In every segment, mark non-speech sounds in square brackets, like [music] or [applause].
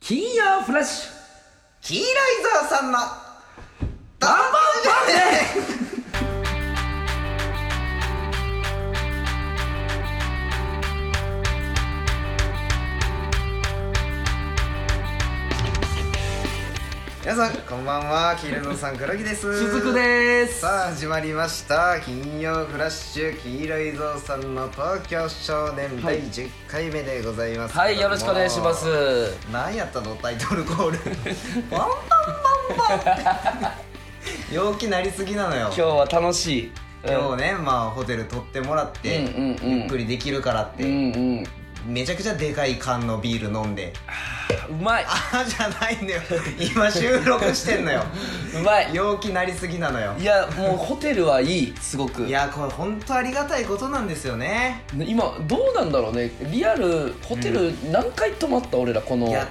金曜フラッシュキーライザーさんのバンバンバン皆さんこんばんはキーライザーさん黒木ですしずくですさあ始まりました金曜フラッシュキーライザーさんの東京少年はい第10回目でございますはいよろしくお願いします何やったのタイトルコールバンバンバンバンって陽気なりすぎなのよ今日は楽しい今日ねまあホテル取ってもらって、うんうんうんゆっくりできるからって、うんうんうんめちゃくちゃでかい缶のビール飲んでうまいあじゃないんだよ今収録してんのようまい陽気なりすぎなのよいやもうホテルはいいすごくいやこれ本当ありがたいことなんですよね今どうなんだろうねリアルホテル何回泊まった俺らこのいや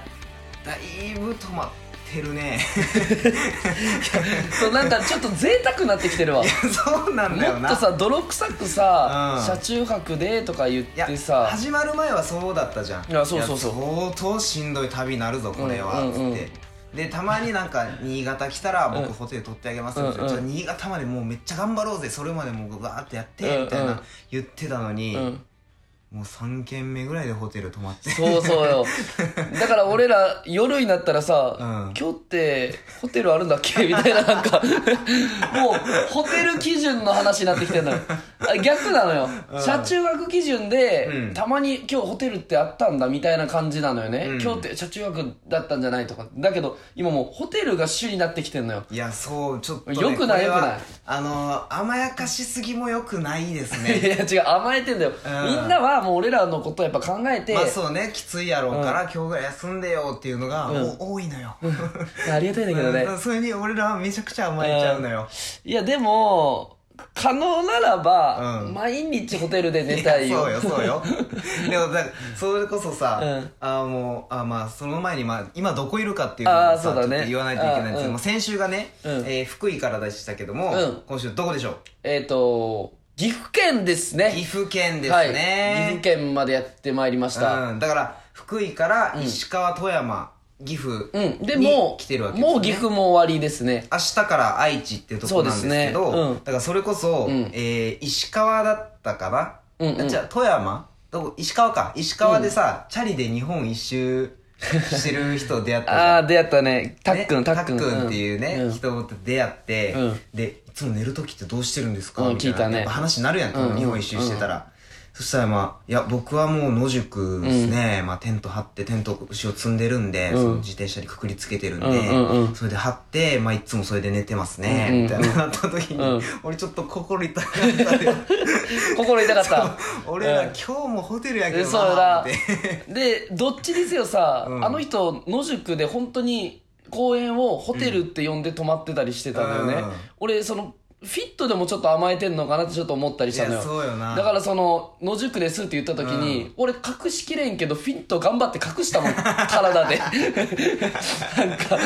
だいぶ止まってるね [laughs] そうなんかちょっと贅沢になってきてるわそうなんだよもっなとさ泥臭くさ、うん車中泊でとか言っいやてさ始まる前はそうだったじゃんいやそうそうそうや相当しんどい旅になるぞこれは、うんうんうんつってでたまになんか新潟来たらう僕んホテル取ってあげますうよ、んうんじゃあ新潟までもうめっちゃ頑張ろうぜそれまでもうガーってやって、うんうんみたいな言ってたのに、うん、もう3軒目ぐらいでホテル泊 [laughs] まってそうそうよだから俺ら夜になったらさ、うん今日ってホテルあるんだっけ [laughs] みたいななんかもうホテル基準の話になってきてんのよあ逆なのよ、うん車中泊基準で、うんたまに今日ホテルってあったんだみたいな感じなのよね、うん今日って車中泊だったんじゃないとかだけど今もうホテルが主になってきてんのよいやそうちょっと、ね、良くないこれは良くないあのー甘やかしすぎもよくないです [laughs] いねや違う甘えてんだよ、うんみんなはもう俺らのことやっぱ考えて、まあそうねきついやろうから、今日ぐらい休んでよっていうのが、うんお多いのよ、ありがたいんだけどね、うん [laughs] それに俺らはめちゃくちゃ甘えちゃうのよ、いやでも可能ならば、うん毎日ホテルで寝たいいやよそうよそ [laughs] うよでもだそれこそさ、うんああもうあまあその前に、まあ、今どこいるかっていうのをあーさそうだねちょっと言わないといけないんですけあーうど、んまあ先週がね、うんえー福井からでしたけども、うん今週どこでしょうえっ、と岐阜県です岐ね阜県ですね、はい、岐阜県までやってまいりました、うん、だから福井から石川、富山岐阜うんでにもう来てるわけです、ね、もう岐阜も終わりですね明日から愛知っていうところなんですけどそうですねうんだからそれこそ、んえー石川だったかな、うんうんじゃあ富山どこ石川か石川でさ、チャリで日本一周してる人出会ったじゃんああー出会ったねたっくんねたっくんたっくんっていうね、うん人と出会って、うんでいつも寝る時ってどうしてるんですか、うんみたいな聞いたねやっぱ話になるやん、うん日本一周してたら、そしたらまあいや僕はもう野宿ですね、まあ、テント張ってテント後ろ積んでるんで、んその自転車にくくりつけてるんで、うんうんうんそれで張って、まあ、いつもそれで寝てますね、うんうんうんみたいななった時に、うん俺ちょっと心痛かったで [laughs] 心痛か [laughs] った俺ら、うん今日もホテルやけでどそうなだって [laughs] でどっちにせよさ、うんあの人野宿で本当に公園をホテルって呼んで泊まってたりしてたんだよね、うん俺そのフィットでもちょっと甘えてんのかなってちょっと思ったりいしたのやよそうよなだからその野宿ですって言った時に、俺隠しきれんけどフィット頑張って隠したもん体 [laughs] でなんか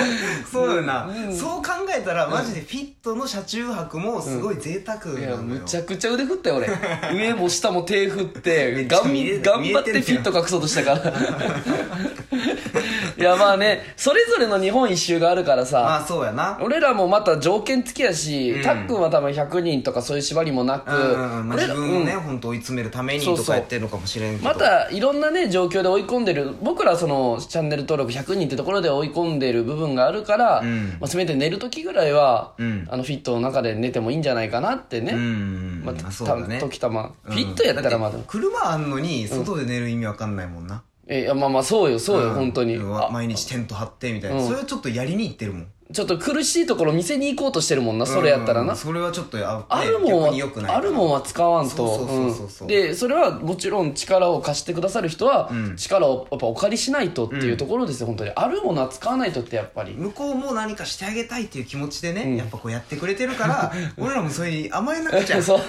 そうよな、うんそう考えたらマジでフィットの車中泊もすごい贅沢ないのよ、やむちゃくちゃ腕振ったよ [laughs] 俺上も下も手振ってめっちゃがん見え頑見張えってんてねやフィット隠そうとしたから [laughs] いやまあねそれぞれの日本一周があるからさ、まあそうやな俺らもまた条件付きやし、うんたっくんは多分100人とかそういう縛りもなく、うんうんまあ、俺ら自分をね、うん本当追い詰めるためにそうそうとかやってるのかもしれんけどまたいろんなね状況で追い込んでる僕らはそのチャンネル登録100人ってところで追い込んでる部分があるから、うんまあ、せめて寝る時ぐらいは、うんあのフィットの中で寝てもいいんじゃないかなってね、うんうん、ままああ、そうだねた時たま、うんフィットやったらまだだって車あんのに外で寝る意味わかんないもんな、えいやまあまあそうよそうよ、ん本当にうわ毎日テント張ってみたいな、うんそれはちょっとやりに行ってるもんあちょっと苦しいところ見せに行こうとしてるもんな、それやったらうんう、なんそれはちょっとあ,、ね、あるも逆んに良くないかはらあるもんは使わんそとうそうそうそううそんうでそれはもちろん力を貸してくださる人はうん力をやっぱお借りしないとっていうところですよ、本当にあるものは使わないとってやっぱり向こうも何かしてあげたいっていう気持ちでね、うんやっぱこうやってくれてるから [laughs] 俺らもそれに甘えなくちゃそう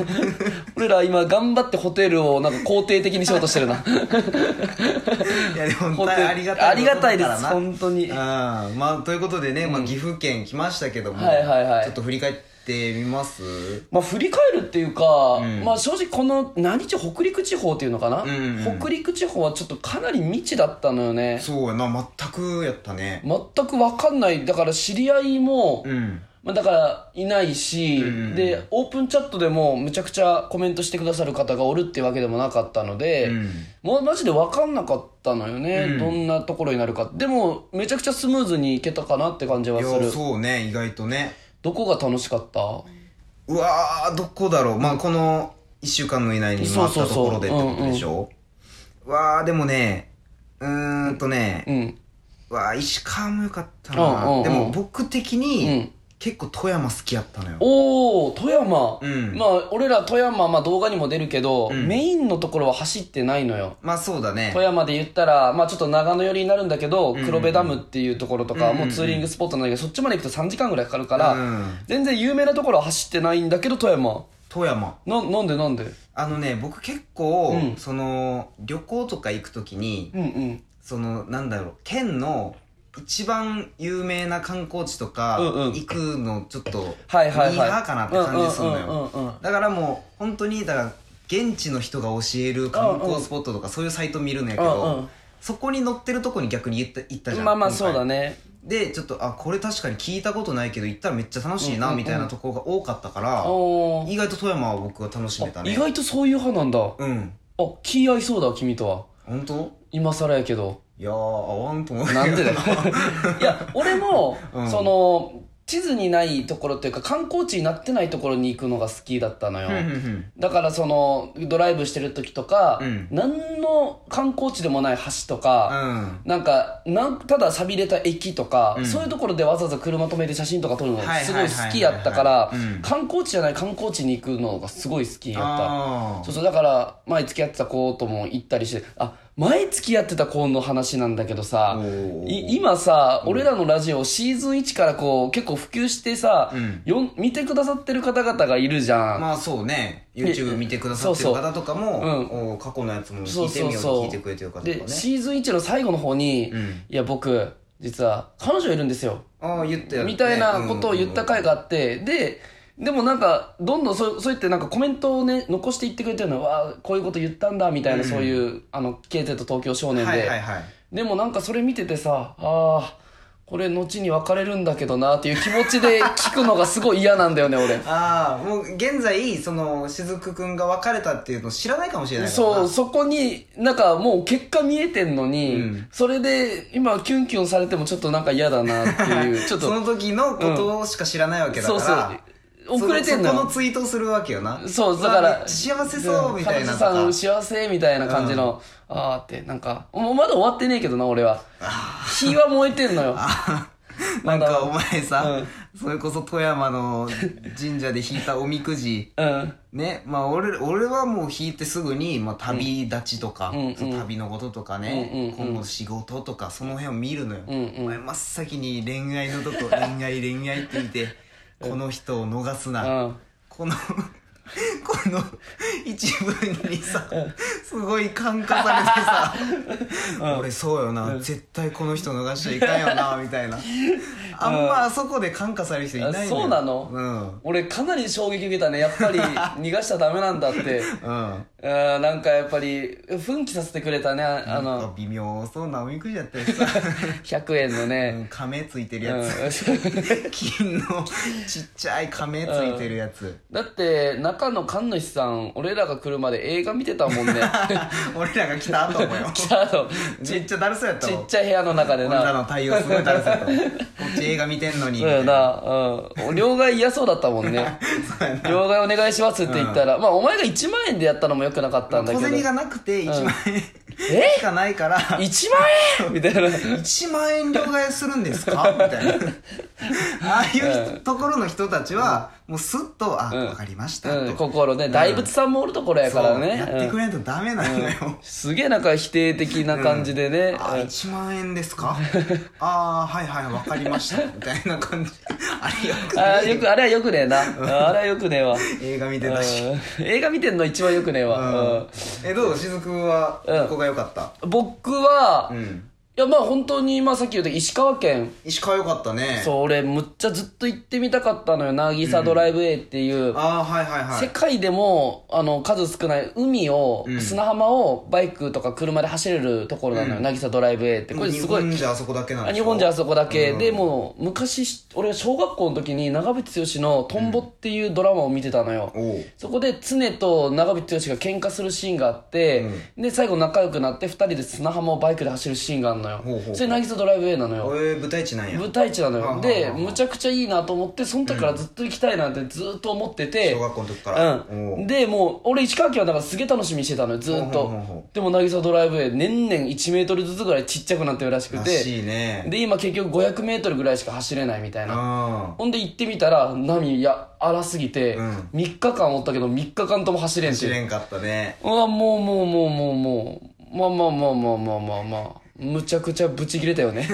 俺ら今頑張ってホテルをなんか肯定的にしようとしてるな [laughs] いやでもホ本テ当にルありがたいことだから [laughs] ありがたいですな本当にあーまあということでね、まあ、岐阜府県来ましたけども、はいはいはいちょっと振り返ってみますまあ、振り返るっていうか、まあ、正直この何地北陸地方っていうのかな、んうん北陸地方はちょっとかなり未知だったのよねそうやな全くやったね全く分かんないだから知り合いも、うんまあ、だからいないし、んでオープンチャットでもむちゃくちゃコメントしてくださる方がおるってわけでもなかったので、うんもうマジで分かんなかったのよね、どんなところになるかでもめちゃくちゃスムーズにいけたかなって感じはいすやるそうね意外とねどこが楽しかったうわーどこだろうまあこの1週間の以内に回ったそうそうとそうころでってことでしょうわーでもねうーんとね、うんわあ石川もよかったうんうんうなんでも僕的うにん結構富山好きやったのよおお富山、うんまあ俺ら富山、まあ、動画にも出るけど、んメインのところは走ってないのよまあそうだね富山で言ったら、まあ、ちょっと長野寄りになるんだけど、黒部ダムっていうところとか、うんうんうもんうツーリングスポットなんだけどそっちまで行くと3時間ぐらいかかるから、うん全然有名なところは走ってないんだけど富山富山ななんでなんであのね僕結構、うんその旅行とか行く時にうんうんそのなんだろう県の一番有名な観光地とかうんうん行くのちょっとミはいーはいはいハーかなって感じするのうんうんようんうんうんだからもう本当にだから現地の人が教える観光スポットとかそういうサイト見るんやけうんうんどそこに載ってるとこに逆に行った行ったじゃんまあまあ今そ回うだねでちょっとあこれ確かに聞いたことないけど行ったらめっちゃ楽しいなみたいなところが多かったから、おー意外と富山は僕は楽しめたね意外とそういう派なんだあうん気合いそうだ君とは本当今更やけどいやー合わんと思うけどなんでだよいや俺も、うんその地図にないところっていうか観光地になってないところに行くのが好きだったのよ、 [laughs] うんうんうんだからそのドライブしてる時とか、うん何の観光地でもない橋とか、うんなんかなんただ錆びれた駅とか、うんそういうところでわざわざ車止めて写真とか撮るのはいはいすはごいいはい好きやったからうん観光地じゃない観光地に行くのがすごい好きやったあそうそうだから前付き合ってた子とも行ったりしてあ前付き合ってた子の話なんだけどあさい今さ、俺らのラジオシーズン1からこう結構普及してさ、うんよん見てくださってる方々がいるじゃん、まあそうね YouTube 見てくださってる方とかもそうそお過去のやつもそ聞ういてそうみようそう聞いてくれてる方とかねでシーズン1の最後の方に「うんいや僕実は彼女いるんですよああ言った」よ、ね、みたいなことを言った回があって、ででもなんかどんどんそうそうやってなんかコメントをね残していってくれてるのはわあこういうこと言ったんだみたいな、うんそういうあの KZ と東京少うん年で、はいはいはいでもなんかそれ見ててさあーこれ後に別れるんだけどなっていう気持ちで聞くのがすごい嫌なんだよね俺ああもう現在その雫くんが別れたっていうの知らないかもしれないからなそうそこになんかもう結果見えてんのに、うんそれで今キュンキュンされてもちょっとなんか嫌だなっていうちょっと [laughs] その時のことしか知らないわけだかそうら、そう遅れてんのそこのよツイートをするわけよなそうだから、わめっちゃ幸せそうみたいなと彼か女さん幸せみたいな感じの、あーってなんかもうまだ終わってねえけどな俺は火は燃えてんのよ [laughs] なんかお前さ、うそれこそ富山の神社で引いたおみくじうんねまあ俺俺はもう引いてすぐに、まあ、旅立ちとか、うんうんその旅のこととかね、うんうんうん今後仕事とかその辺を見るのよ、うんうんお前真っ先に恋愛のとこ恋愛恋愛って見てこの人を逃すな、うんこの [laughs] この一文にさすごい感化され [laughs] てさ俺そうよな絶対この人逃しちゃいかんよなみたいなあんまあそこで感化される人いないのよあそうなのうん俺かなり衝撃受けたねやっぱり逃がしちゃダメなんだ [laughs] ってうんうんなんかやっぱり奮起させてくれたねああのの微妙そうなおみくじやったり [laughs] さ100円のうね、ん亀ついてるうやんつ金のちっちゃい亀ついてるやつだって中野神主さん俺らが来るまで映画見てた [laughs] もんね俺らが来た後もよ [laughs] ちゃん [laughs] とめっちゃだるそうやったちもんっちゃい部屋の中で俺らなの対応すごいだるそうやったもんこっち映画見てんのにそみうたいやな、うん、両替嫌そうだったもん [laughs] ね両替お願いしますって言ったら、まあお前が1万円でやったのもよくなかったんだ小けど銭がなくて1万円えしかないから1万円みたいな [laughs] 1万円両替するんです [laughs] かみたいなああいう人ところの人たちはもうスッと「あんわかりました」うん、と心ね大仏さんもおるところやそからうねやってくれないとダメなのようんすげえなんか否定的な感じでね、あ1万円ですか [laughs] ああはいはいわかりましたみたいな感じあれよくああーねよくあれはよくねえなあれはよくねえわ映画見てたし、うん映画見てんの一番よくねえうわ、んえどうしずくはうんここが良かったうん僕は、うん、えやまあ本当にまあさっき言った石川県石川よかったねそう俺むっちゃずっと行ってみたかったのよ渚ドライブウェイっていう、ああはいはいは世い界でもあの数少ない海を、うん砂浜をバイクとか車で走れるところなのよ、うん渚ドライブウェイってこれすごい日本じゃあそこだけなんあでし日ょ本じゃあそこだけ、うんでもう昔俺は小学校の時に長渕剛の「トンボ」っていうドラマを見てたのよ、おうそこで常と長渕剛が喧嘩するシーンがあって、で最後仲良くなって2人で砂浜をバイクで走るシーンがあるのよほうほうほうそれ渚ドライブウェイなのよこれ舞台地なんや舞台地なのはあはあはよあでむちゃくちゃいいなと思ってその時からずっと行きたいなんてずっと思ってて小学校の時からうおんうでもう俺石川県はだからすげえ楽しみにしてたのよずっほうほうほうとほでも渚ドライブウェイ年々1メートルずつぐらいちっちゃくなってるらしくらてしいねで今結局500メートルぐらいしか走れないみたいなあほんで行ってみたら波や荒すぎてうん3日間おったけど3日間とも走れん知れしんかったねうわもうもうもうもうもうまあまあまあまあまあまあまあむちゃくちゃブチ切れたよね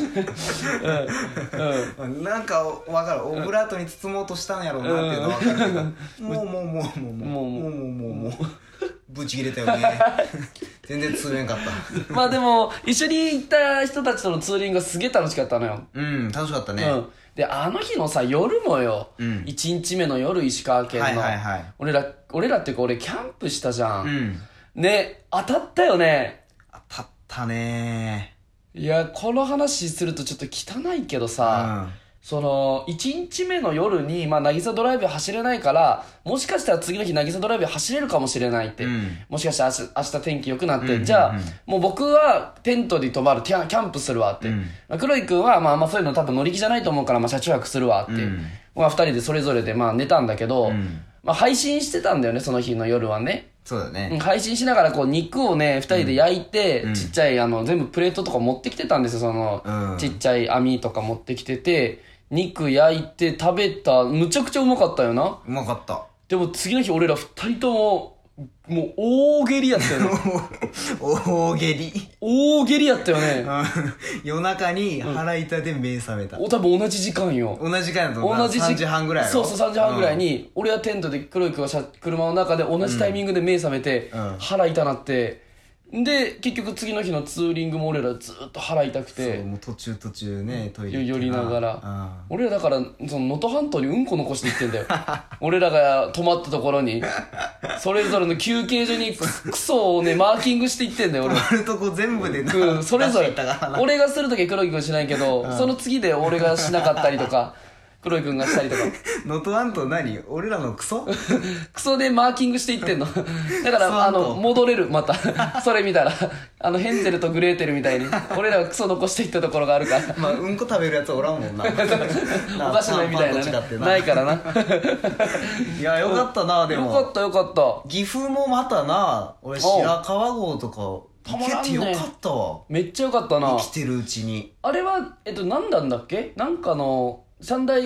うんうんなんか分かるオブラートに包もうとしたんやろうなっていうのは分かるけどもうもうもうもうもうもうもうもうもうぶち切れたよね全然通れんかったまあでも一緒に行った人たちとのツーリングがすげえ楽しかったのよ、うん楽しかったねうん、であの日のさ夜もよ、うん一1日目の夜石川県の、はいはいはい俺ら俺らっていうか俺キャンプしたじゃ、うんんね当たったよね当たったねいやこの話するとちょっと汚いけどうさ、んその1日目の夜に、まあ、渚ドライブ走れないからもしかしたら次の日渚ドライブ走れるかもしれないって、うんもしかしたら明日明日天気良くなって、うんうんうんじゃあもう僕はテントに泊まるキャンキャンプするわって、うんまあ黒井君は、まあ、まあそういうの多分乗り気じゃないと思うから、まあ、車中泊するわって、うんまあ、2人でそれぞれでまあ寝たんだけど、うんまあ、配信してたんだよねその日の夜はねそうだうんね配信しながらこう肉をね2人で焼いて、うんちっちゃいあの全部プレートとか持ってきてたんですよその、うんちっちゃい網とか持ってきてて肉焼いて食べたむちゃくちゃうまかったよなうまかったでも次の日俺ら2人とももう大下痢やったよ [laughs] ね大下痢大下痢やったよね [laughs] 夜中に腹痛で目覚めたお多分同じ時間よ同じ時間だと同同じじ時3時半ぐらいやそろうそう3時半ぐらいに、俺はテントで黒い子が車車の中で同じタイミングで目覚めて、うん腹痛なってで結局次の日のツーリングも俺らずっと腹痛くそうてもう途中途中ねトイレ寄りながうんら俺らだからその能登半島にうんこ残していってんだよ [laughs] 俺らが泊まったところにそれぞれの休憩所 [laughs] にクソをねマーキングしていってんだよ俺あるとこ全部でなうん、それぞれ出していったからな俺がするときは黒木君しないけど、その次で俺がしなかったりとか黒木君がしたりとか能登半島何俺らのクソクソでマーキングしていってん [laughs] のだかクソらあアンとの戻れるま [laughs] たそれ見たらあのヘンゼルとグレーテルみたいに俺らはクソ残していったところがあるから [laughs] まあうんこ食べるやつおらん [laughs] もんなおかしないみたいなパンパンと違ってねないからないやよかったな [laughs] でよもかったよかった岐阜もまたな俺白川郷とかたま行らんけねてよかったわめっちゃよかったな生きてるうちにあれはえっと何なんだっけなんかの三大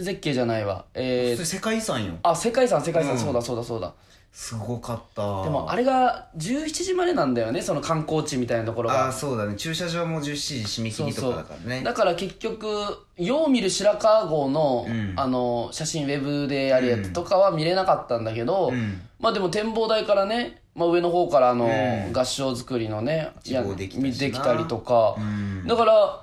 絶景じゃないわえそーれ世界遺産よあ世界遺産世界遺産、うんそうだそうだそうだすごかったでもあれが17時までなんだよねその観光地みたいなところああがそうだね駐車場も17時締め切りとかだからねだから結局よう見る白川郷の,、うんあの写真ウェブでやるやつとかは見れなかったんだけど、うんまあでも展望台からね、まあ、上の方からあの、うん合掌造りのね一望できたしなできたりとか、うんだから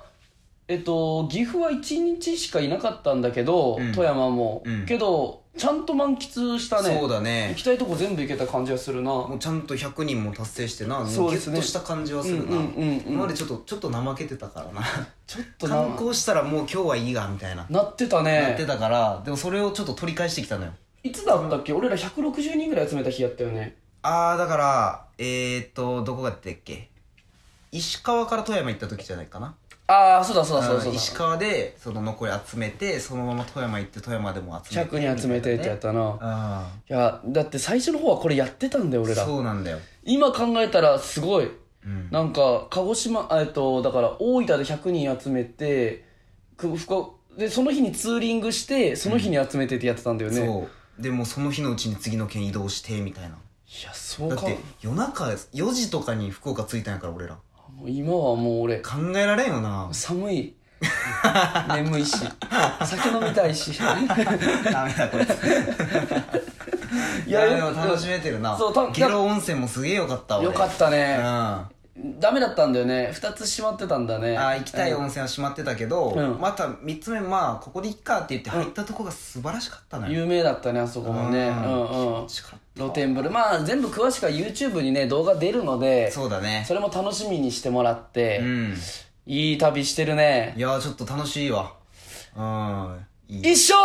えっと岐阜は1日しかいなかったんだけど、うん富山も、うんけどちゃんと満喫したねそうだね行きたいとこ全部行けた感じがするなもうちゃんと100人も達成してなもうギそうュですッねとした感じはするなうんうんうんうん今までちょっとちょっと怠けてた [laughs] からなちょっとな観光したらもう今日はいいがみたいななってたねやってたからでもそれをちょっと取り返してきたのよいつだったっけ俺ら160人ぐらい集めた日やったよねああだからえーっとどこだったっけ石川から富山行った時じゃないかなああそうだそうだそうだあそのうだ石川でその残り集めてそのまま富山行って富山でも集めて100人集めてってやったな、あいやだって最初の方はこれやってたんだよあ俺らそうなんだよ今考えたらすごいうんなんか鹿児島あえっとだから大分で100人集めてく福岡でその日にツーリングしてその日に集めてってやってたんだよね、いそうでもうその日のうちに次の県移動してみたいなやそうだっかて夜中4時とかに福岡着いたんやから俺らもう今はもう俺考えられんよな寒 [laughs] い眠いし酒飲みたいし [laughs] ダメだこれい [laughs] いややよでも楽しめてるなそうたゲロ温泉もすげえよかった俺よかったね、うんダメだったんだよね2つ閉まってたんだねあー行きたい温泉は閉まってたけど、うんまた3つ目まあここでいっかって言って入ったとこが素晴らしかったのよ、有名だったねあそこもねううんんうんしかっ露天風呂まあ全部詳しくは YouTube にね動画出るのでたそうだねそれも楽しみにしてもらって、うんいい旅してるねいやーちょっと楽しいわうんいい一生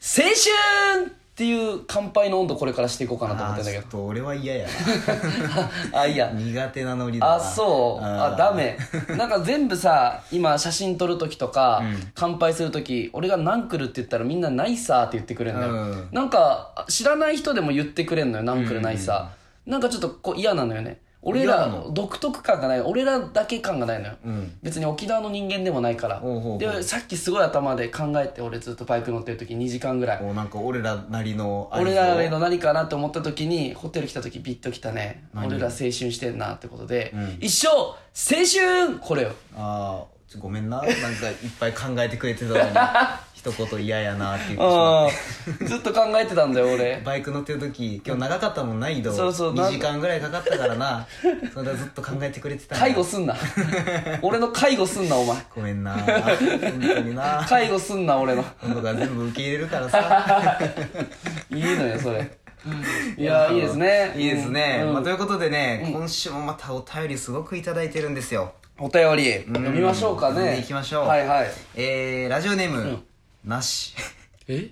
青春っていう乾杯の温度これからしていこうかなと思っあてーんだちけょどっと俺は嫌や [laughs] あいいや苦手なノリだなあそうあダメ [laughs] なんか全部さ今写真撮る時とか、乾杯する時俺が「何来る?」って言ったらみんな「ないさ」って言ってくれるのよ、うんなんかあ知らない人でも言ってくれんのよ「何来るないさ」なんかちょっとこう嫌なのよね俺嫌ならの独特感がない俺らだけ感がないのよ、うん別に沖縄の人間でもないからおうおうおうでさっきすごい頭で考えて俺ずっとバイク乗ってる時2時間ぐらいおなんか俺らなりの合図を俺らの何かなって思った時にホテル来た時ビッと来たね俺ら青春してんなってことで、一生青春これよああごめんななんかいっぱい考えてくれてた [laughs] のに一言嫌やなって言ってしまっうてんずっと考えてたんだよ俺バイク乗ってる時今日長かったもんな移動そうそう2時間ぐらいかかったからなそれはずっと考えてくれてたんや介護すん [laughs] な俺の介護すんなお前ごめ [laughs] んな本当にな介護すんな俺の [laughs] 今度から全部受け入れるからさいいのよそれいやいいですねいいですね、うんまあ、ということでね、今週もまたお便りすごく頂いただいてるんですよお便り読みましょうか読んねでいきましょうはいはいえー、ラジオネーム、なし [laughs] え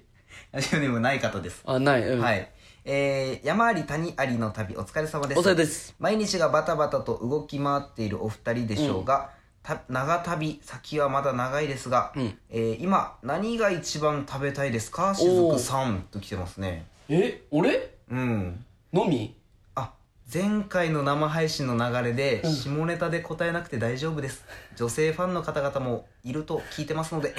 ラジオネームない方ですあない、うんはい。えー、山あり谷ありの旅お疲れ様です。お疲れです。毎日がバタバタと動き回っているお二人でしょうが、た長旅先はまだ長いですが、えー今何が一番食べたいですかしずくさんと来てますねえ俺うんのみあ前回の生配信の流れで下ネタで答えなくて大丈夫です、女性ファンの方々もいると聞いてま [laughs] すので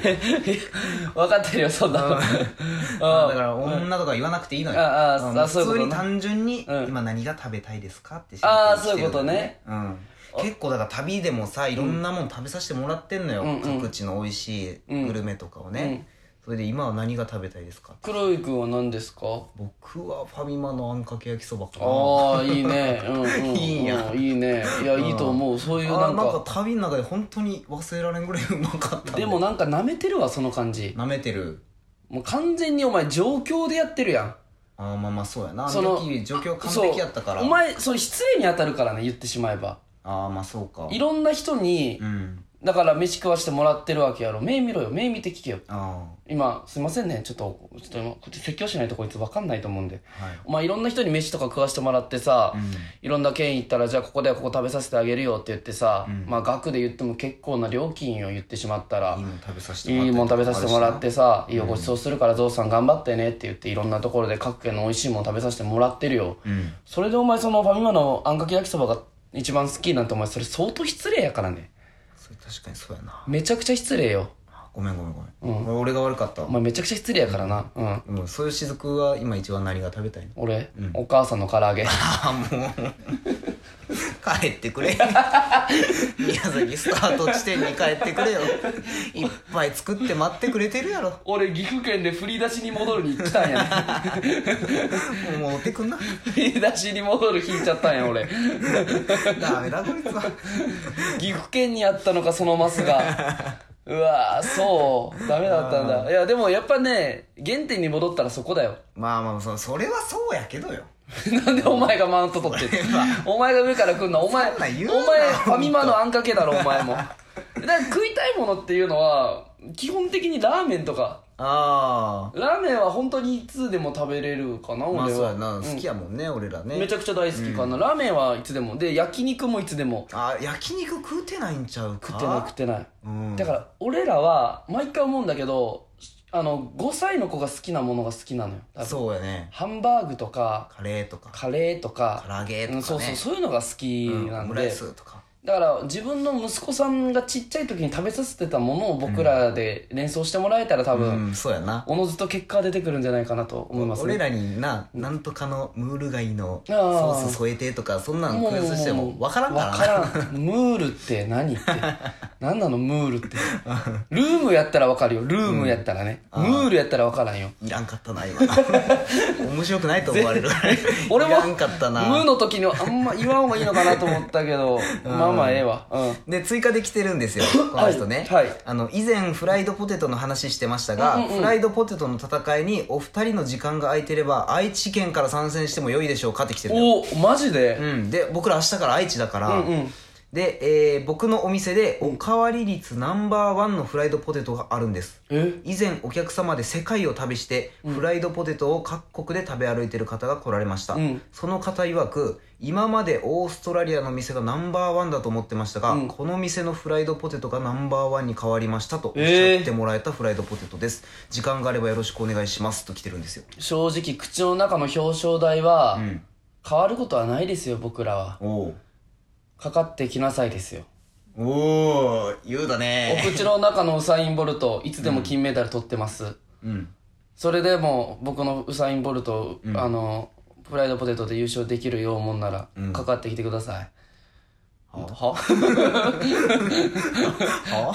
分かってるよそんなのああだから女とか言わなくていいのよ、ああうんあそういうことね普通に単純にうん今何が食べたいですかってああシンプルにしてるのねうん、結構だから旅でもさいろんなもの食べさせてもらってんのよ、うんうん各地の美味しいグルメとかをね、それで今は何が食べたいですか黒井君は何ですか僕はファミマのあんかけ焼きそばかなああいいね、うんうん、 [laughs] いいやうんいいねいやいいと思うそういうあなーんなんかか旅の中で本当に忘れられんぐらいうまかったんでもなんか舐めてるわその感じ舐めてるもう完全にお前状況でやってるやんああまあまあそうやなあそのの時状況完璧やったからそうお前それ失礼に当たるからね言ってしまえばああまあそうかいろんな人にうんだから飯食わしてもらってるわけやろ目見ろよ目見て聞けよあ今すいませんねちょっとちょっと今こっち説教しないとこいつ分かんないと思うんであはいまあいろんな人に飯とか食わしてもらってさ、いろんな県行ったらじゃあここではここ食べさせてあげるよって言ってさ、まあ額で言っても結構な料金を言ってしまったらいいもん食べさせてもらいいもん食べたさりとかせてもらってさいいよごちそうするからゾウさん頑張ってねって言っていろんなところで各県の美味しいもん食べさせてもらってるよ、んそれでお前そのファミマのあんかけ焼きそばが一番好きなんてお前それ相当失礼やからねそれ確かにそうやなめちゃくちゃ失礼よごめんごめんごめん、俺俺が悪かったお前めちゃくちゃ失礼やからなうん、うん、そういう雫は今一番何が食べたい [laughs] の俺、お母さんの唐揚げああもう帰ってくれ [laughs] 宮崎スタート地点に帰ってくれよいっぱい作って待ってくれてるやろ [laughs] 俺岐阜県で振り出しに戻るに来たんやねもう持ってくんな [laughs] 振り出しに戻る引いちゃったんや俺ダメだこいつは [laughs] 岐阜県にあったのかそのマス [laughs] がうわーそうダメだったんだいやでもやっぱね原点に戻ったらそこだよ [laughs] まあまあそそれはそうやけどよなんでお前がマウント取ってん [laughs] のお前が上から来んのお前おそんな前ん言うフなァミマのあんかけだろお前も [laughs] だから食いたいものっていうのは基本的にラーメンとかあラーメンは本当にいつでも食べれるかなあまあ俺そうやは、な好きやもんね、俺らねめちゃくちゃ大好きかな、ラーメンはいつでもで焼肉もいつでもあ焼肉食うてないんちゃうか食ってない食ってないうんだから俺らは毎回思うんだけどあの5歳の子が好きなものが好きなのよ多分そうやねハンバーグとかカレーとかカレーとか唐揚げとかうねんそうそうそういうのが好きうんなオんムで、ライスとかだから自分の息子さんがちっちゃい時に食べさせてたものを僕らで連想してもらえたら多う分、んそうやなおのずと結果が出てくるんじゃないかなと思います俺ね。らにななんとかのムール貝のあソーース添えてとかそんなんクイズしても分からんからなわからんムールって何 [laughs] って何なのムールってルームやったらわかるよルームやったらね、ムールやったらわからんよいらんかっ [laughs] たな今面白くないと思われるから俺もいらんかったムなーの時にはあんま言わん方がいいのかなと思ったけどまあまあええわうんで追加できてるんですよこの人ね、はいはいあの以前フライドポテトの話してましたが、うんうんうんフライドポテトの戦いにお二人の時間が空いてれば愛知県から参戦しても良いでしょうかって来てるのよおマジで、うん、で僕ら明日から愛知だから、うんうんで、えー僕のお店でおかわり率ナンバーワンのフライドポテトがあるんですえ以前お客様で世界を旅してフライドポテトを各国で食べ歩いてる方が来られました、うんその方曰く今までオーストラリアの店がナンバーワンだと思ってましたが、うんこの店のフライドポテトがナンバーワンに変わりましたとおっしえゃーってもらえたフライドポテトです、時間があればよろしくお願いしますと来てるんですよ正直口の中の表彰台は、ん変わることはないですよ僕らはおかかってきなさいですよおー言うだおね口の中のウサイン・ボルトいつでも金メダル取ってます、うんそれでも僕のウサイン・ボルト、あのフライドポテトで優勝できるようもんなら、かかってきてくださいは [laughs]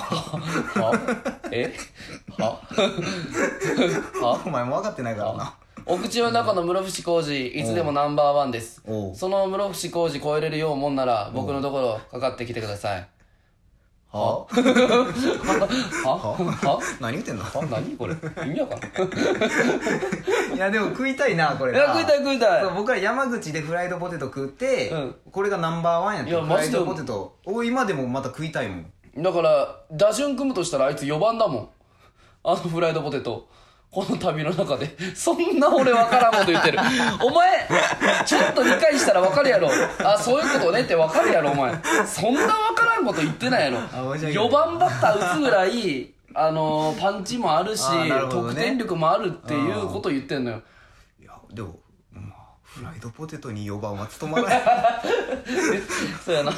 はえはは [laughs] お前も分かってないからなお口の中の室伏浩二いつでもナンバーワンですおうその室伏浩二超えれるようもんなら僕のところかかってきてくださいは [laughs] はは何言ってんのは何これ意味わかんない [laughs] いやでも食いたいなこれいや食いたい食いたいそう僕ら山口でフライドポテト食って、うんこれがナンバーワンやっていやフラマイジでドポテトお今でもまた食いたいもんだから打順組むとしたらあいつ4番だもんあのフライドポテトこの旅の中でそんな俺分からんこと言ってるお前ちょっと理解したら分かるやろあそういうことねって分かるやろお前そんな分からんこと言ってないやろ申し訳ない4番バッター打つぐらいあのパンチもあるしあーなるほどね得点力もあるっていうことを言ってんのよいやでも、まあ、フライドポテトに4番は務まら [laughs] ないそうやな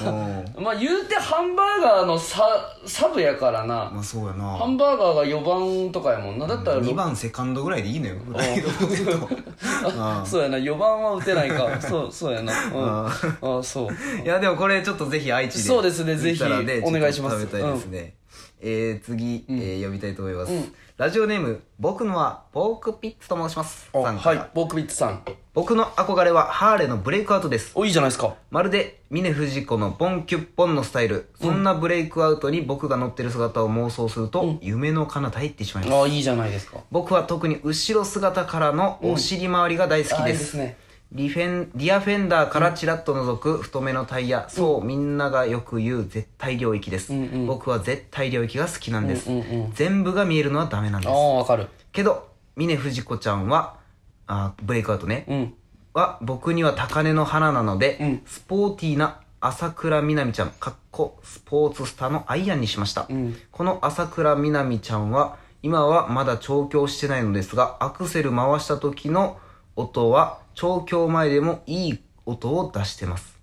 うまあ言うてハンバーガーのササブやからなまあそうやハなンバーガーが4番とかやもんなだったら2番セカンドぐらいでいいのよフライドポテトあそうやな4番は打てない [laughs] かそうそうやなうんあそういやでもこれちょっとぜひ愛知でそうですね行ったらぜひちょっとお願いします食べたいですね、えー、次、えー、呼びたいと思います、ラジオネーム僕のはポークピッツと申しますあさんからはいボークビッツさん僕の憧れはハーレーのブレイクアウトですおいいじゃないですかまるで峰不二子のポンキュッポンのスタイルそんなブレイクアウトに僕が乗ってる姿を妄想すると、夢の彼方へ行ってしまいますあいいじゃないですか僕は特に後ろ姿からのお尻周りが大好きあいいで、ですすねリフェンリアフェンダーからチラッと覗く太めのタイヤ、そうみんながよく言う絶対領域です、うんうん僕は絶対領域が好きなんです、うんうんうん全部が見えるのはダメなんであすあわかるけど峰不二子ちゃんはあブレイクアウトね、うんは僕には高嶺の花なので、うんスポーティーな朝倉みなみちゃんかっこスポーツスターのアイアンにしました、うんこの朝倉みなみちゃんは今はまだ調教してないのですがアクセル回した時の音は調教前でもいい音を出してます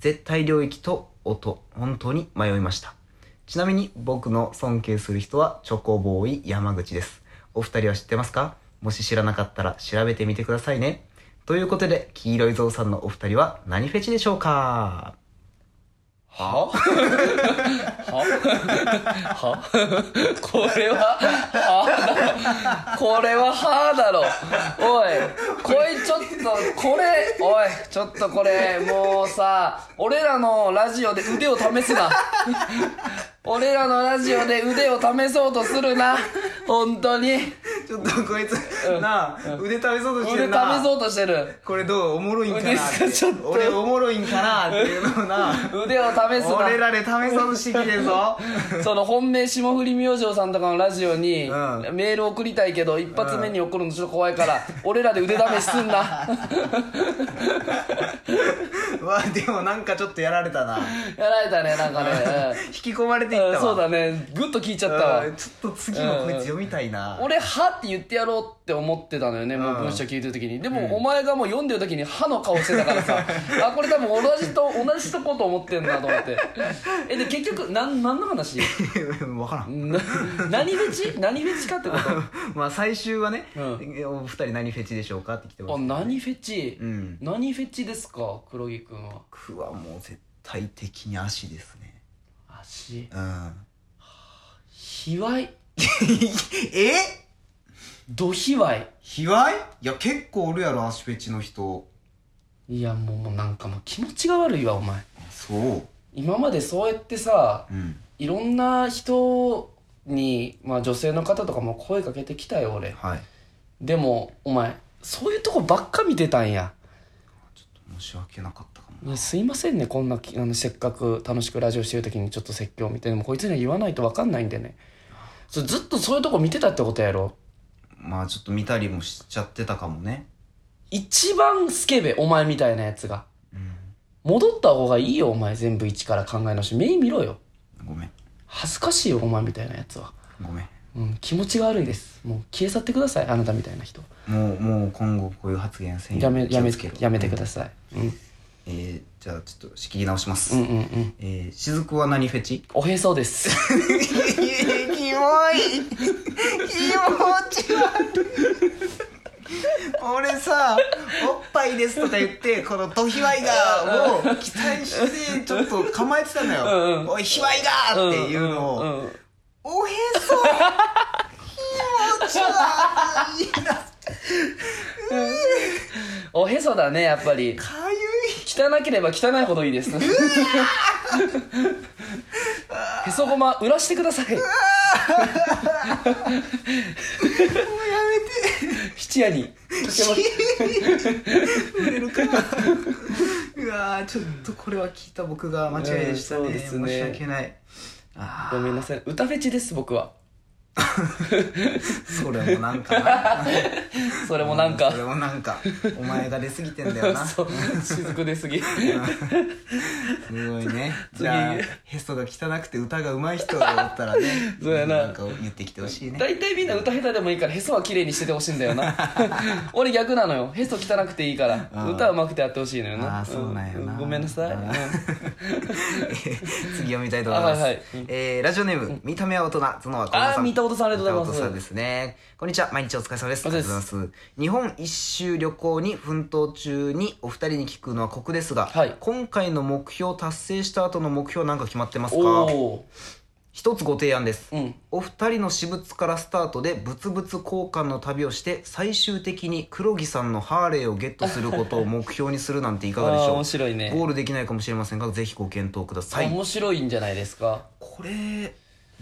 絶対領域と音本当に迷いましたちなみに僕の尊敬する人はチョコボーイ山口ですお二人は知ってますかもし知らなかったら調べてみてくださいねということで黄色いぞうさんのお二人は何フェチでしょうかはははこれははだろこれははだろおいこれちょっとこれおいちょっとこれもうさ俺らのラジオで腕を試すな俺らのラジオで腕を試そうとするな本当に [laughs] ちょっとこいつ、なあ、腕試そうと腕試そうとしてるこれどうおもろいんかなって腕ちょっと俺おもろいんかなっていうのを [laughs] な腕を試すな俺らで試そうとしてきてんぞ [laughs] その本命霜降り明星さんとかのラジオにうメール送りたいけど一発目に送るのちょっと怖いから俺らで腕試しすんなうわでもなんかちょっとやられたなやられたねなんかね引き込まれていっうんたわそうだねグッと聞いちゃったわうんちょっと次もこいつ読みたいな俺「は」って言ってやろうって思ってたのよね、もううん文章聞いてる時に。でも、お前がもう読んでる時に歯の顔してたからさ、あ、これ多分同じと、同じとこと思ってんなと思って。え、で、結局、なん、なんの話 [laughs] [laughs] 分からんな何フェチ何フェチかってことまあ最終はね、うんえお二人何フェチでしょうかって来てまあ、す何フェチ、うん何フェチですか黒木くんは。僕はもう絶対的に足ですね足。うん [laughs] 卑猥えド卑猥卑猥いや結構おるやろ足フェチの人いや、もうもうなんかもう気持ちが悪いわ、お前。そう今までそうやってさ、うんいろんな人に、まあ女性の方とかも声かけてきたよ、俺。はいでも、お前、そういうとこばっか見てたんや。申し訳なかったかもいやすいませんね、こんなき、あの、せっかく楽しくラジオしてる時にちょっと説教みたいな。でもこいつには言わないとわかんないんでね。それずっとそういうとこ見てたってことやろ。まあちょっと見たりもしちゃってたかもね一番スケベ、お前みたいなやつが。うん戻った方がいいよ、お前。全部一から考え直し。目見ろよ。ごめん恥ずかしいよ、お前みたいなやつは。ごめんうん、気持ちが悪いです。もう消え去ってください、あなたみたいな人。もうもう今後こういう発言せんよやめ、やめ気をつけ、ろやめてください。うん、えー、じゃあちょっと仕切り直します、うん、うん、うん。えー、雫は何フェチ [laughs] おへそです。キモい気持ち悪い俺さ「おっぱいです」とか言ってこの「ドヒワイガー」を期待してちょっと構えてたのよ「うんうんおいヒワイガー」っていうのを、んうんおへそ気持ち悪いなおへそだね、やっぱり。かゆい汚ければ汚いほどいいです。へそごま、売らしてください。 [laughs] もうやめて七夜に。売れるかなうわーちょっとこれは聞いた僕が間違いでしたね,、うんそうですね申し訳ないあごめんなさい。歌フェチです、僕は。ーそれもなんかな [laughs] それもなんかそ。れもなんかお前が出過ぎてんだよな [laughs] すそう、雫出すぎ。ごいね [laughs] 次じゃあヘストが汚くて歌が上手い人だったらね [laughs] そうやなんか言ってきてほしいね大体みんな歌下手でもいいからへそは綺麗にしててほしいんだよ [laughs] な俺逆なのよへそ汚くていいからあー歌うまくてやってほしいのよなあーそうなんやなごめんなさい、あーうん [laughs] 次読みたいと思います、あはいはいえーラジオネーム、見た目は大人角はこあー見たことさんありがとうございます見たことさんですねこんにちは毎日お疲れ様ですお疲れ様ですありがとうございます日本一周旅行に奮闘中にお二人に聞くのは酷ですが、はい今回の目標達成した後の目標なんか決まってますかおお一つご提案です、うんお二人の私物からスタートで物々交換の旅をして最終的に黒木さんのハーレーをゲットすることを目標にするなんていかがでしあーょう面白いゴねールできないかもしれませんがぜひご検討ください面白いんじゃないですかこれ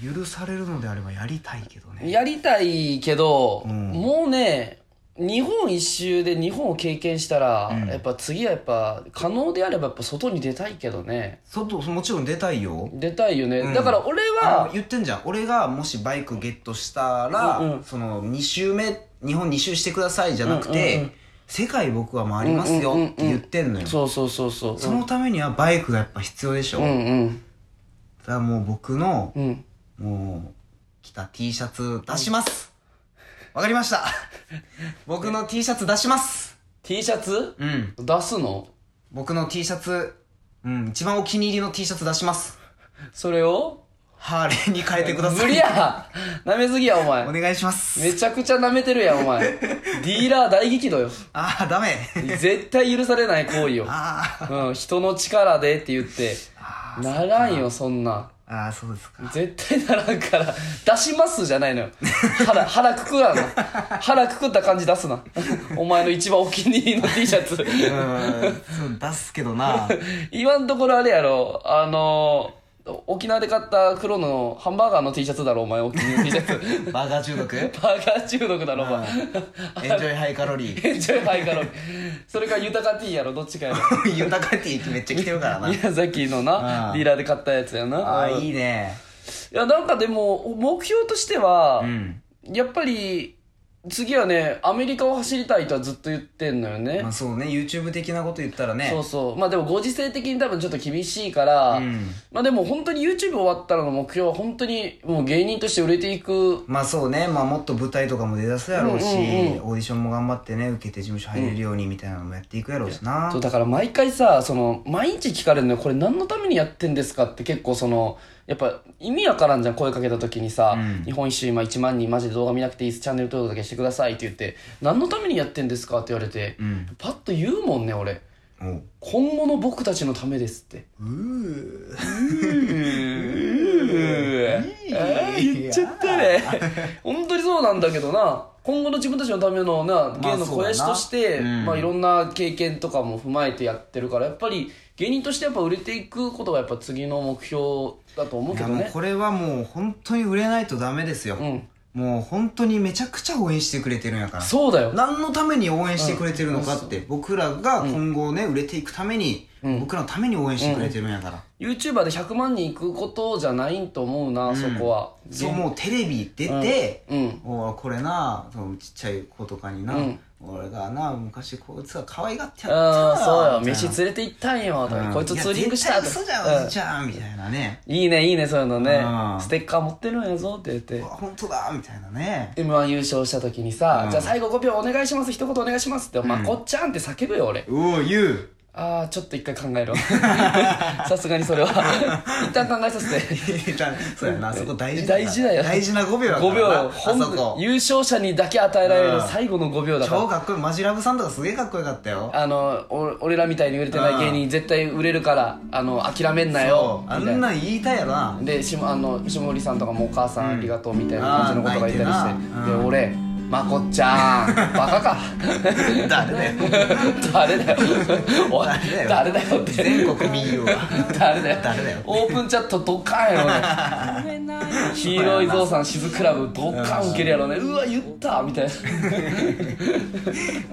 許されるのであればやりたいけどねやりたいけど、うんもうね日本一周で日本を経験したら、うんやっぱ次はやっぱ可能であればやっぱ外に出たいけどね外もちろん出たいよ出たいよね、うんだから俺あはの言ってんじゃん俺がもしバイクゲットしたら、うんうんその2周目日本2周してくださいじゃなくて、うんうんうん世界僕は回りますよって言ってんのよ、そうそうそうそうそのためにはバイクがやっぱ必要でしょ、うんうんだからもう僕のう、んもう、着た T シャツ出します。わ、かり [laughs] ました。僕の T シャツ出します。 T シャツうん。出すの僕の T シャツ、うん、一番お気に入りの T シャツ出します。それをハーレーに変えてください。無理や舐めすぎやおお前願いします。めちゃくちゃ舐めてるやんお前ディーラー大激怒よああ、ダメ。絶対許されない行為よ、あーうん、人の力でって言ってあー。ならんよそんなああ、そうですか。絶対ならんから出しますじゃないのよ腹腹くくらな腹くくった感じ出すなお前の一番お気に入りの T シャツうーん、そう出すけどな。今のところあれやろあの沖縄で買った黒のハンバーガーの T シャツだろお前お気に入りの T シャツ [laughs] バーガー中毒エンジバーガー中毒だろ、お前。ョイハイカロリー。エンジョイハイカロリー。それか、豊かティーやろ、どっちかやろ。豊かティーめっちゃ着てるからな。宮崎のな、うんディーラーで買ったやつやな。ああ、うんいいね。いや、なんかでも、目標としてはう、ん。やっぱり、次はね、アメリカを走りたいとはずっと言ってんのよね。まあそうね YouTube 的なこと言ったらねそうそう。まあでもご時世的に多分ちょっと厳しいから、んまあでも本当に YouTube 終わったらの目標は本当にもう芸人として売れていく。まあそうね、まあ、もっと舞台とかも出だすやろうし、うんうんオーディションも頑張ってね受けて事務所入れるようにみたいなのもやっていくやろうしな、そうだから毎回さ、その、毎日聞かれるのよ、これ何のためにやってんですかって結構その、やっぱ意味わからんじゃん、声かけた時にさ、うん日本一周今1万人マジで動画見なくていいです、チャンネル登録だけしてくださいって言って、何のためにやってんですかって言われて、うんパッと言うもんね、俺。おう今後の僕たちのためですって。うーあー言っちゃったね本当にそうなんだけどな今後の自分たちのためのな芸の肥やしとして、そうだまあなうんいろんな経験とかも踏まえてやってるからやっぱり芸人としてやっぱ売れていくことがやっぱ次の目標だと思ういけやどもうねこれはもう本当に売れないとダメですよ、うんもう本当にめちゃくちゃ応援してくれてるんやからそうだよ何のために応援してくれてるのかって、僕らが今後ね、売れていくために、うん僕らのために応援してくれてるんやから、 YouTuber で100万人いくことじゃないと思うな、んそこはそうもうテレビ出うんて、うんおーこれなそのちっちゃい子とかにな、うん俺がな昔こいつが可愛がってやったあわーそうよみたいな飯連れて行ったんよとか、うんこいつツーリングしたいやとか絶対嘘じゃん、うんおじちゃんみたいなねいいねいいねそういうのねうんステッカー持ってるんやぞって言ってうわ本当だみたいなね m 1優勝した時にさ、うんじゃあ最後5秒お願いします一言お願いしますって、まあこっちゃんって叫ぶよ俺おお言うああちょっと一回考えろ [laughs] さすがにそれは [laughs] 一旦考えさせてそうやなそこ大事大事だよ大事な5秒だから5秒なあよそこ本優勝者にだけ与えられうるん最後の5秒だから、超かっこいいマジラブさんとかすげえかっこよかったよあのお俺らみたいに売れてない芸人絶対売れるからあの諦めんなよそうみたいあなんなん言いたいやろなでしもあの下森さんとかも「お母さんありがとう」みたいな感じのことが言ったりあー泣いしててでなうん俺「まこっちゃ [laughs] んバカか誰だよ誰だよおい誰だよ誰だよ」って全国民謡は誰だよ誰だよオープンチャットドカンやろね黄色いゾウさんしずクラブドカン受けるやろねうわ言ったみたい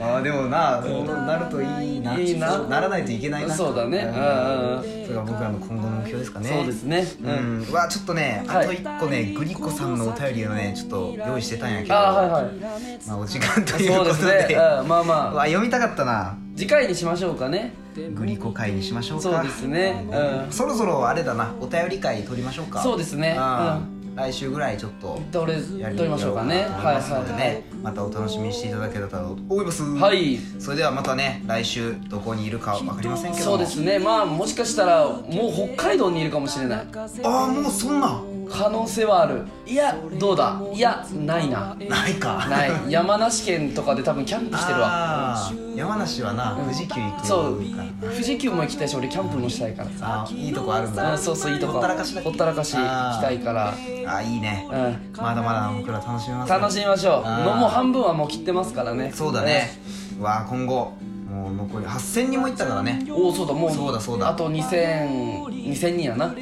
ああでもなそうなるといいないいならないといけないななそうだねうんうんうんそれが僕らの今後の目標ですかねそうですねううんんうわちょっとねはいあと一個ねグリコさんのお便りをねちょっと用意してたんやけどあーはいはいまあお時間というそうこでとすでねうんまあうまあわ読みたかったな次回にしましょうかねグリコ会にしましょうそうかですねうんそろそろあれだなお便り会取りましょうかそうですねうん来週ぐらいちょっとどれやり撮りましょうかねやろうかはないと思いますのではねまたお楽しみにしていただけたらと思いますいはいそれではまたね来週どこにいるかわかりませんけどもそうですねまあもしかしたらもう北海道にいるかもしれないああもうそんな可能性はあるいやどうだいやないなないかない山梨県とかで多分キャンプしてるわあー山梨はな富士急行くそうからな富士急も行きたいし俺キャンプもしたいからさあーいいとこあるんだうんそうそういいとこほったらかしだっけほったらかし行きたいからあーいいねうんまだまだ僕ら楽しみますね楽しみましょうあーのもう半分はもう切ってますからねそうだねうわあ今後もう残り8000人もいったからねおおそうだもうそうだそうだあと2000 2000人やな、うんう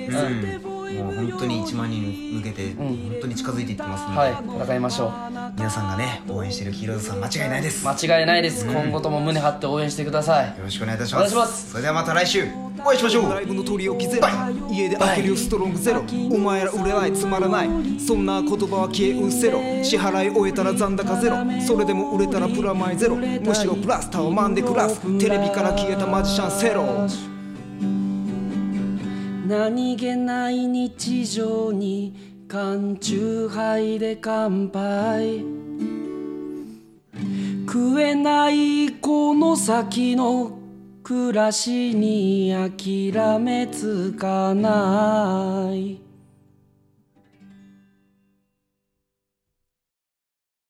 んもう本当に1万人向けて本当に近づいていってますはいので戦いましょう皆さんがね応援してるヒーローズさん間違いないですよ間違いないです今後とも胸張って応援してくださいろしくお願いいたしおます願いしますそれではまた来週お会いしましょうライブの取り置きゼロ家で開けるよストロングゼロお前ら売れないつまらないそんな言葉は消えうせろ支払い終えたら残高ゼロそれでも売れたらプラマイゼロむしろプラスタワマンで暮らすテレビから消えたマジシャンセロ何気ない日常に缶中杯で乾杯食えないこの先の暮らしに諦めつかない